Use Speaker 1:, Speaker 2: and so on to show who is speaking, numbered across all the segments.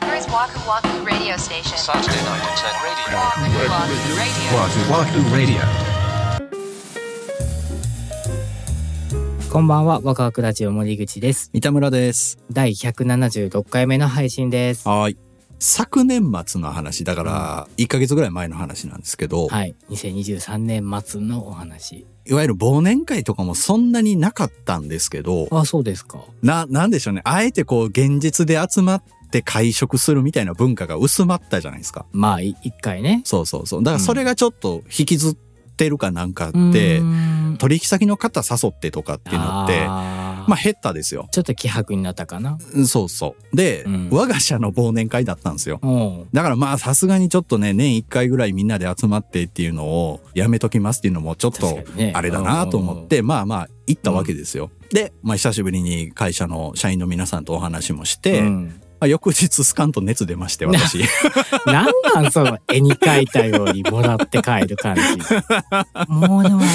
Speaker 1: Waku Waku Radio Station.
Speaker 2: Saturday night at 10 radio.
Speaker 1: Waku Waku
Speaker 3: Wahoo
Speaker 1: Radio.
Speaker 3: Wahoo Radio.
Speaker 4: こんばんは、ワクワクラジオ森口です。
Speaker 5: 三田村です。
Speaker 4: 第176回目の配信です。は
Speaker 5: はい。昨年末の話、だから、1ヶ月ぐらい前の話なんですけ
Speaker 4: い。
Speaker 5: ど、
Speaker 4: 2023年末のお話。
Speaker 5: い、わゆる忘年会とかもそんなになかったんですけど、
Speaker 4: あ、そうですか。
Speaker 5: な、なんでしょうね。あえてこう、現実で集まって会食するみたいな文化が薄まったじゃないですか。
Speaker 4: まあ、い一回ね。
Speaker 5: そうそうそう。だからそれがちょっと引きずってるかなんかあって、
Speaker 4: うーん、
Speaker 5: 取引先の方誘ってとかっていうのって、
Speaker 4: あー
Speaker 5: まあ減ったですよ。
Speaker 4: ちょっと希薄になったかな。
Speaker 5: うんそうそう。で、
Speaker 4: うん
Speaker 5: 我が社の忘年会だったんですよ。
Speaker 4: おう
Speaker 5: だからまあさすがにちょっとね、年一回ぐらいみんなで集まってっていうのをやめときますっていうのもちょっと
Speaker 4: 確かにね
Speaker 5: あれだなと思って、まあまあ行ったわけですよ。で、まあ久しぶりに会社の社員の皆さんとお話もして、
Speaker 4: う
Speaker 5: ま
Speaker 4: ん
Speaker 5: あ、翌日スカンと熱出まし て私。
Speaker 4: なんなんその絵に描いたようにもらって帰る 感じもうでもなんか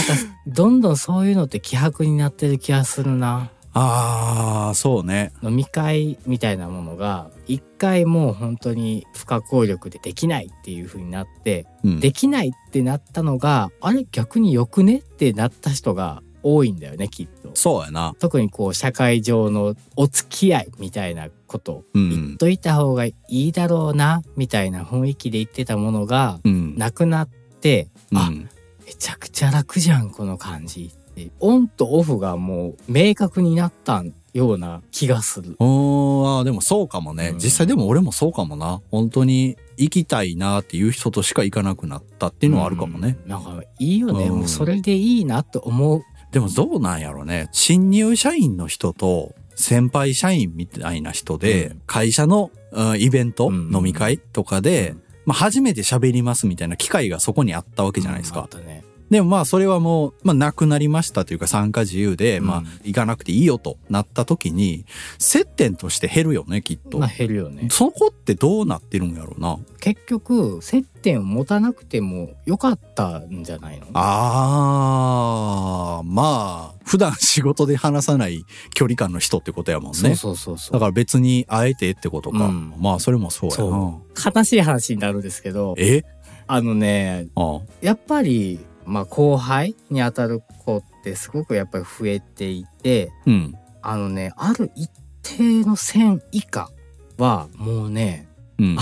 Speaker 4: どんどんそういうのって希薄になってる気がするな
Speaker 5: ああ、そうね。
Speaker 4: 飲み会みたいなものが一回もう本当に不可抗力でできないっていう風になって
Speaker 5: うん、
Speaker 4: できないってなったのがあれ逆によくねってなった人が多いんだよねきっと。
Speaker 5: そうやな。
Speaker 4: 特にこう社会上のお付き合いみたいなこと
Speaker 5: う
Speaker 4: 言っ
Speaker 5: ん。
Speaker 4: といた方がいいだろうなみたいな雰囲気で言ってたものが
Speaker 5: うん。
Speaker 4: なくなってあ
Speaker 5: うん
Speaker 4: めちゃくちゃ楽じゃんこの感じってオンとオフがもう明確になったような気がする。
Speaker 5: おーあーでもそうかもね、
Speaker 4: うん
Speaker 5: 実際でも俺もそうかもな本当に行きたいなっていう人としか行かなくなったっていうのはあるかもね、
Speaker 4: うん。なんかいいよね、
Speaker 5: うん
Speaker 4: もうそれでいいなと思う。
Speaker 5: でもどうなんやろうね。新入社員の人と先輩社員みたいな人で、
Speaker 4: うん
Speaker 5: 会社の、うんイベント、
Speaker 4: うん
Speaker 5: 飲み会とかで、
Speaker 4: うん
Speaker 5: まあ初めて喋りますみたいな機会がそこにあったわけじゃないです
Speaker 4: うんあ
Speaker 5: か
Speaker 4: っ。たね
Speaker 5: でもまあそれはもう、まあなくなりましたというか参加自由で、
Speaker 4: うん
Speaker 5: まあ行かなくていいよとなった時に、接点として減るよね、きっと。
Speaker 4: まあ減るよね。
Speaker 5: そこってどうなってるんやろうな。
Speaker 4: 結局接点を持たなくてもよかったんじゃないの？
Speaker 5: あー、まあ、普段仕事で話さない距離感の人ってことやもんね。
Speaker 4: そうそうそうそ
Speaker 5: だ
Speaker 4: う。
Speaker 5: から別に会えてってことか。
Speaker 4: うん
Speaker 5: まあそれもそうやな。
Speaker 4: 悲しい話になるんですけど、
Speaker 5: え
Speaker 4: あのね、
Speaker 5: ああ
Speaker 4: やっぱりまあ後輩にあたる子ってすごくやっぱり増えていて、
Speaker 5: うん。
Speaker 4: あのねある一定の線以下はもうね
Speaker 5: うん。
Speaker 4: ね、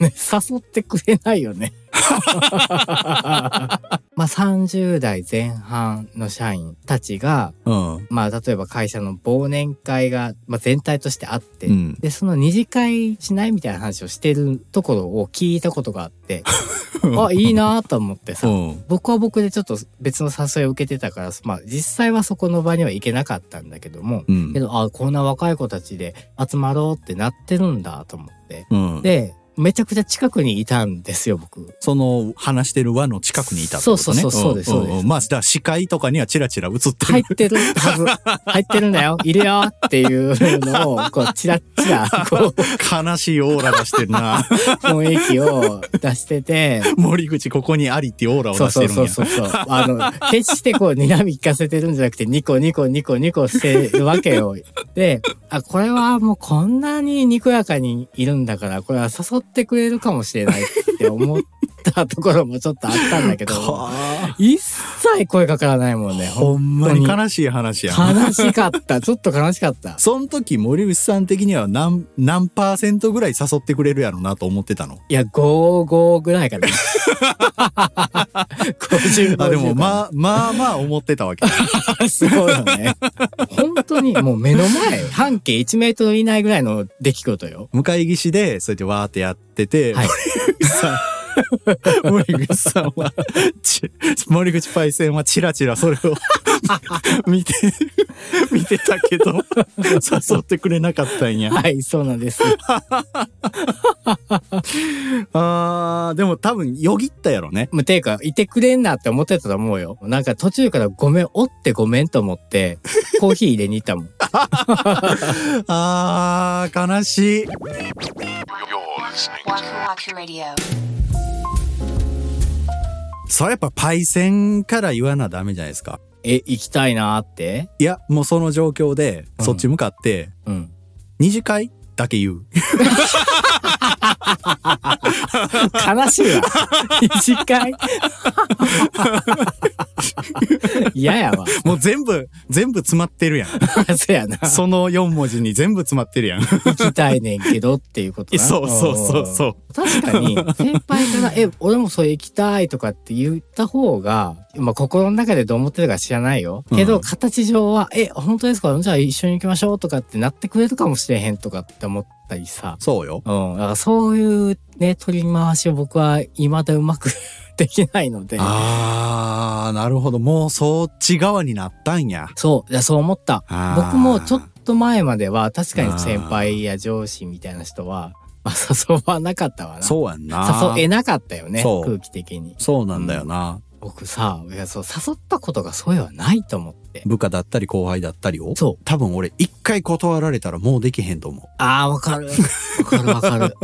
Speaker 4: 誘ってくれないよ ね。まあ30代前半の社員たちが、
Speaker 5: うん。
Speaker 4: まあ例えば会社の忘年会が、まあ、全体としてあって、
Speaker 5: うん。
Speaker 4: で、その二次会しないみたいな話をしてるところを聞いたことがあって、あ、いいなと思ってさ、
Speaker 5: うん。
Speaker 4: 僕は僕でちょっと別の誘いを受けてたから、まあ実際はそこの場には行けなかったんだけども、
Speaker 5: うん
Speaker 4: け。ど、あ、こんな若い子たちで集まろうってなってるんだと思って、
Speaker 5: うん。
Speaker 4: でめちゃくちゃ近くにいたんですよ僕
Speaker 5: その話してる輪の近くにいたってことね。
Speaker 4: そうそうそうそうです
Speaker 5: ん
Speaker 4: そうです
Speaker 5: んまあ、だから視界とかにはチラチラ映ってる。
Speaker 4: 入ってるは ず入ってるんだよいるよっていうのをこうチラッチラこう
Speaker 5: 悲しいオーラ出してるな。
Speaker 4: 雰囲気を出してて
Speaker 5: 森口ここにありっていうオーラを
Speaker 4: そう
Speaker 5: 出して
Speaker 4: そ
Speaker 5: る
Speaker 4: うん
Speaker 5: や。
Speaker 4: そうそうそうあの決してこうにらみ聞かせてるんじゃなくてニコニコニコニコしてるわけよであこれはもうこんなににこやかにいるんだからこれは誘ってくれるかもしれないって思ったところもちょっとあったんだ けど
Speaker 5: か
Speaker 4: 一切声かからないもんね
Speaker 5: ほんまに悲しい話やん。
Speaker 4: 悲しか った。ちょっと悲しかった。
Speaker 5: その時森口さん的には何、何パーセントぐらい誘ってくれるやろなと思ってたの
Speaker 4: いや、5、5ぐらいか な。50、
Speaker 5: あ、でも
Speaker 4: あ、
Speaker 5: まあ、まあまあ思ってた わけ。
Speaker 4: すごいよね。 本当にもう目の前、 半径1メートル以内ぐらいの出来事よ。
Speaker 5: 向かい岸で、そうやってわーってやってて、
Speaker 4: はい
Speaker 5: 森口さん、森口さんは、ち森口パイセンはチラチラそれを 見て、見てた けど、誘ってくれなかったんや。
Speaker 4: はい、そうなんです。
Speaker 5: あー、でも多分よぎったやろね。
Speaker 4: もうていうか、いてくれんなって思ってたと思うよ。なんか途中からごめん、おってごめんと思 って、コーヒー入れに行ったもん。
Speaker 5: あー、悲しい。
Speaker 2: You're listening
Speaker 1: Waku
Speaker 2: to
Speaker 1: Waku Radio.
Speaker 5: それやっぱパイセンから言わなダメじゃないですか。
Speaker 4: え、行きたいなーって
Speaker 5: いや、もうその状況で、そっち向かって、
Speaker 4: うん。
Speaker 5: 二次会だけ言う。
Speaker 4: 悲しい わ。短い。嫌やわ。
Speaker 5: もう全部、全部詰まってるやん。
Speaker 4: そや な。
Speaker 5: その4文字に全部詰まってるやん。
Speaker 4: 行きたいねんけどっていうことな。
Speaker 5: そうそうそうそう。
Speaker 4: う。確かに、先輩 から、え、俺もそれ行きたいとかって言った方が、まあ心の中でどう思ってるか知らないよ。け
Speaker 5: う
Speaker 4: ど、
Speaker 5: ん
Speaker 4: 形上は、え、本当ですかじゃあ一緒に行きましょうとかってなってくれるかもしれへんとかって思ったりさ。
Speaker 5: そうよ。
Speaker 4: うん。だからそういうね、取り回しを僕は未だうまく できないので。
Speaker 5: あー、なるほど。もうそっち側になったんや。
Speaker 4: そう、いやそう思った
Speaker 5: あ。ー
Speaker 4: 僕もちょっと前までは、確かに先輩や上司みたいな人は、まあ、誘わなかったわな。
Speaker 5: そうやんな。
Speaker 4: 誘えなかったよね、
Speaker 5: そう
Speaker 4: 空気的に。
Speaker 5: そうなんだよな。
Speaker 4: 僕さ、いや、そう、誘ったことがそういえばないと思って。
Speaker 5: 部下だったり後輩だったりを。
Speaker 4: そう。
Speaker 5: 多分俺一回断られたらもうできへんと思う。
Speaker 4: ああ、わかる。わかるわかる。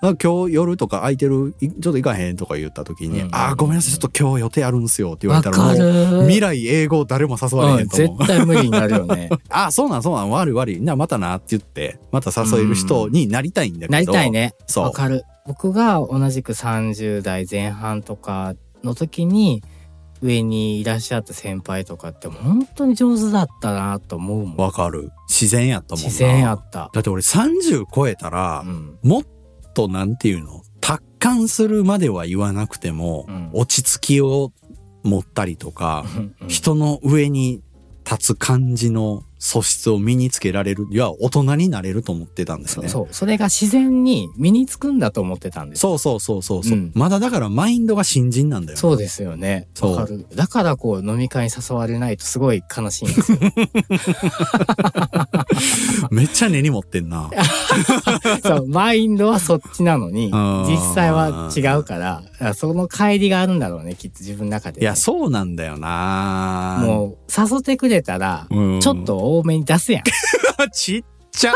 Speaker 5: あ今日夜とか空いてるいちょっと行かへんとか言った時に
Speaker 4: う
Speaker 5: 「
Speaker 4: ん
Speaker 5: あーごめんなさいちょっと今日予定あるんすよ」 って言わ
Speaker 4: わ
Speaker 5: れたらも
Speaker 4: か
Speaker 5: う
Speaker 4: る。
Speaker 5: 未来英語誰も誘わ
Speaker 4: う
Speaker 5: れへ
Speaker 4: ん、
Speaker 5: んと思う。
Speaker 4: 絶対無理になるよね。
Speaker 5: あーそうなんそうなん悪い悪いなまたなって言ってまた誘える人になりたいんだけど。
Speaker 4: なりたい。ね。
Speaker 5: そう
Speaker 4: わかる。僕が同じく30代前半とかの時に、上にいらっしゃった先輩とかって本当に上手だったなと思うもん。
Speaker 5: わかる。自然やったもんな。
Speaker 4: 自然やった。
Speaker 5: だって俺30超えた
Speaker 4: う
Speaker 5: ら、
Speaker 4: ん。
Speaker 5: もっとなんていうの達観するまでは言わなくても、
Speaker 4: うん
Speaker 5: 落ち着きを持ったりとか、
Speaker 4: うん
Speaker 5: 人の上に立つ感じの素質を身につけられる、いや、大人になれると思ってたんですね。
Speaker 4: そう。それが自然に身につくんだと思ってたんです。
Speaker 5: そうそうそうそうそう
Speaker 4: うん
Speaker 5: まだだからマインドが新人なんだ よ。
Speaker 4: そうですよね。
Speaker 5: そう
Speaker 4: わかる。だからこう飲み会に誘われないとすごい悲しいんです よ。
Speaker 5: めっちゃ根に持って んな。
Speaker 4: そう、マインドはそっちなのに、
Speaker 5: あー
Speaker 4: 実際は違うから、あその乖離があるんだろうね、きっと自分の中で、
Speaker 5: いや、そうなんだよな
Speaker 4: もう誘ってくれたら、
Speaker 5: うん
Speaker 4: ちょっと多めに出すや ん。
Speaker 5: ちっちゃ。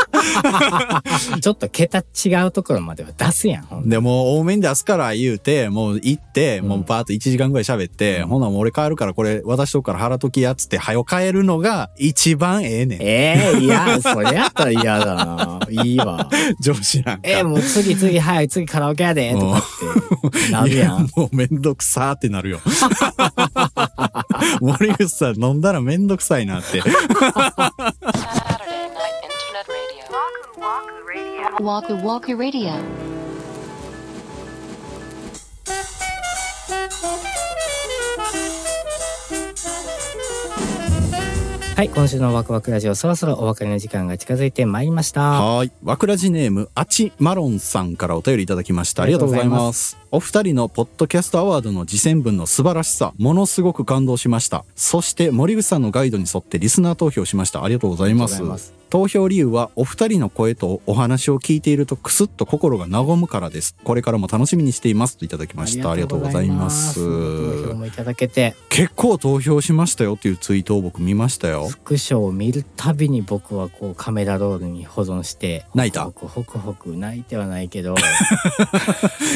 Speaker 4: ちょっと桁違うところまでは出すやん。ほんと
Speaker 5: で、もう多めに出すから言うて、もう行って、もうバーッと1時間ぐらい喋って、ほなもう俺帰るからこれ渡しとくから払っときやっつって、はよ帰るのが一番ええねん。
Speaker 4: ええいや、それやったら嫌だな。いいわ。
Speaker 5: 上司なんか。
Speaker 4: ええもう次次、はい、次カラオケやで、とかって、なる
Speaker 5: い
Speaker 4: や
Speaker 5: や
Speaker 4: ん。
Speaker 5: もうめんどくさーってな るよ。 森口さん飲んだらめんどくさいなって。
Speaker 1: Saturday night internet radio. Waku Waku Radio. Waku Waku Radio.
Speaker 4: はい、今週のワクワクラジオ、そろそろお別れの時間が近づいてまいりました。
Speaker 5: はーい。わくらじネーム、あちマロンさんからお便りいただきました。ありがとうございます。お二人のポッドキャストアワードの次戦文の素晴らしさ、ものすごく感動しました。そして森口さんのガイドに沿ってリスナー投票しました。ありがとうございま
Speaker 4: あ
Speaker 5: す
Speaker 4: りがとうございます。
Speaker 5: 投票理由はお二人の声とお話を聞いているとクスッと心が和むからです。これからも楽しみにしていますといただきました。ありがとうございます。
Speaker 4: 投票もいただけて、
Speaker 5: 結構投票しましたよっていうツイートを僕見ましたよ。
Speaker 4: スクショを見るたびに僕はこうカメラロールに保存して、
Speaker 5: 泣いた
Speaker 4: ホクホクホクホク泣いてはないけど、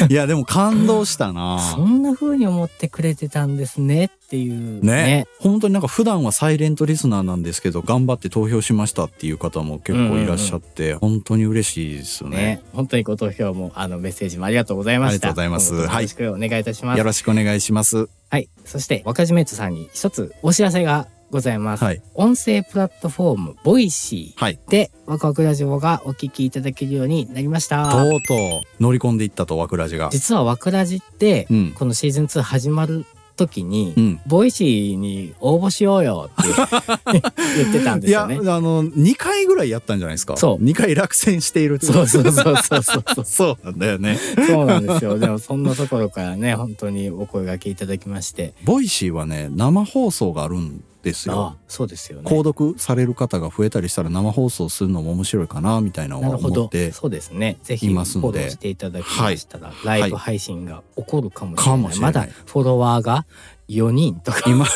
Speaker 5: いや、でも感動したな
Speaker 4: そんな風に思ってくれてたんですねっていう
Speaker 5: ね
Speaker 4: ね。
Speaker 5: 本当になんか普段はサイレントリスナーなんですけど頑張って投票しましたっていう方も結構いらっしゃって、本当に嬉しいですね
Speaker 4: ね本当にご投票もあのメッセージもありがとうございました。
Speaker 5: ありがとうございます
Speaker 4: 今後ともよろしくお願いいたします。
Speaker 5: よろしくお願いします
Speaker 4: はい。そして、若じめとさんに一つお知らせがございます。
Speaker 5: はい
Speaker 4: 音声プラットフォーム、ボイシ
Speaker 5: はい
Speaker 4: ーで、ワクワクラジオがお聞きいただけるようになりました。
Speaker 5: とうとう乗り込んでいったとわくらじが
Speaker 4: 実はワクラジって、
Speaker 5: うん
Speaker 4: このシーズン2始まる時に、
Speaker 5: うん
Speaker 4: ボイシーに応募しようよ って言ってたんで
Speaker 5: い
Speaker 4: す
Speaker 5: や
Speaker 4: よ
Speaker 5: あ
Speaker 4: ね。
Speaker 5: の2回ぐらいやったんじゃないですか
Speaker 4: そう
Speaker 5: 2回落選しているって
Speaker 4: そうそうそうそうそう
Speaker 5: そうなんだよね
Speaker 4: そうなんですよ。でもそんなところからね、本当にお声がけいただきまして。
Speaker 5: ボイシーはね生放送があるんですよ
Speaker 4: あそうですよね。
Speaker 5: 購読される方が増えたりしたら生放送するのも面白いかなみたいなの
Speaker 4: な
Speaker 5: を
Speaker 4: るほ
Speaker 5: 思
Speaker 4: ど
Speaker 5: って。
Speaker 4: そうですね。ぜひ
Speaker 5: い
Speaker 4: フ
Speaker 5: ます
Speaker 4: ォ
Speaker 5: の
Speaker 4: ロ
Speaker 5: で
Speaker 4: ーしていただきましたら、
Speaker 5: はい
Speaker 4: ライブ配信が起こるかもしれな
Speaker 5: か
Speaker 4: い。
Speaker 5: もしれな
Speaker 4: ま
Speaker 5: い
Speaker 4: だフォロワーが4人とか
Speaker 5: 今今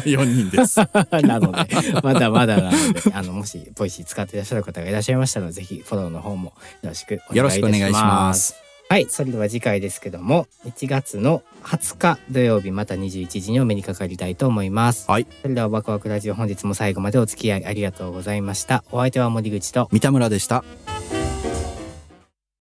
Speaker 5: 4人です
Speaker 4: なので、まだまだなので、あの、もし、ボイシー使っていらっしゃる方がいらっしゃいましたら、ぜひフォローの方もよろしくお
Speaker 5: よ
Speaker 4: 願
Speaker 5: ろ
Speaker 4: い
Speaker 5: し
Speaker 4: い
Speaker 5: くお
Speaker 4: た
Speaker 5: 願い
Speaker 4: し
Speaker 5: し
Speaker 4: ま
Speaker 5: ますす。
Speaker 4: はい、それでは次回ですけども、1月の20日土曜日また21時にお目にかかりたいと思います。
Speaker 5: はい。
Speaker 4: それではワクワクラジオ本日も最後までお付き合いありがとうございました。お相手は森口と
Speaker 5: 三田村でした。
Speaker 1: Radio.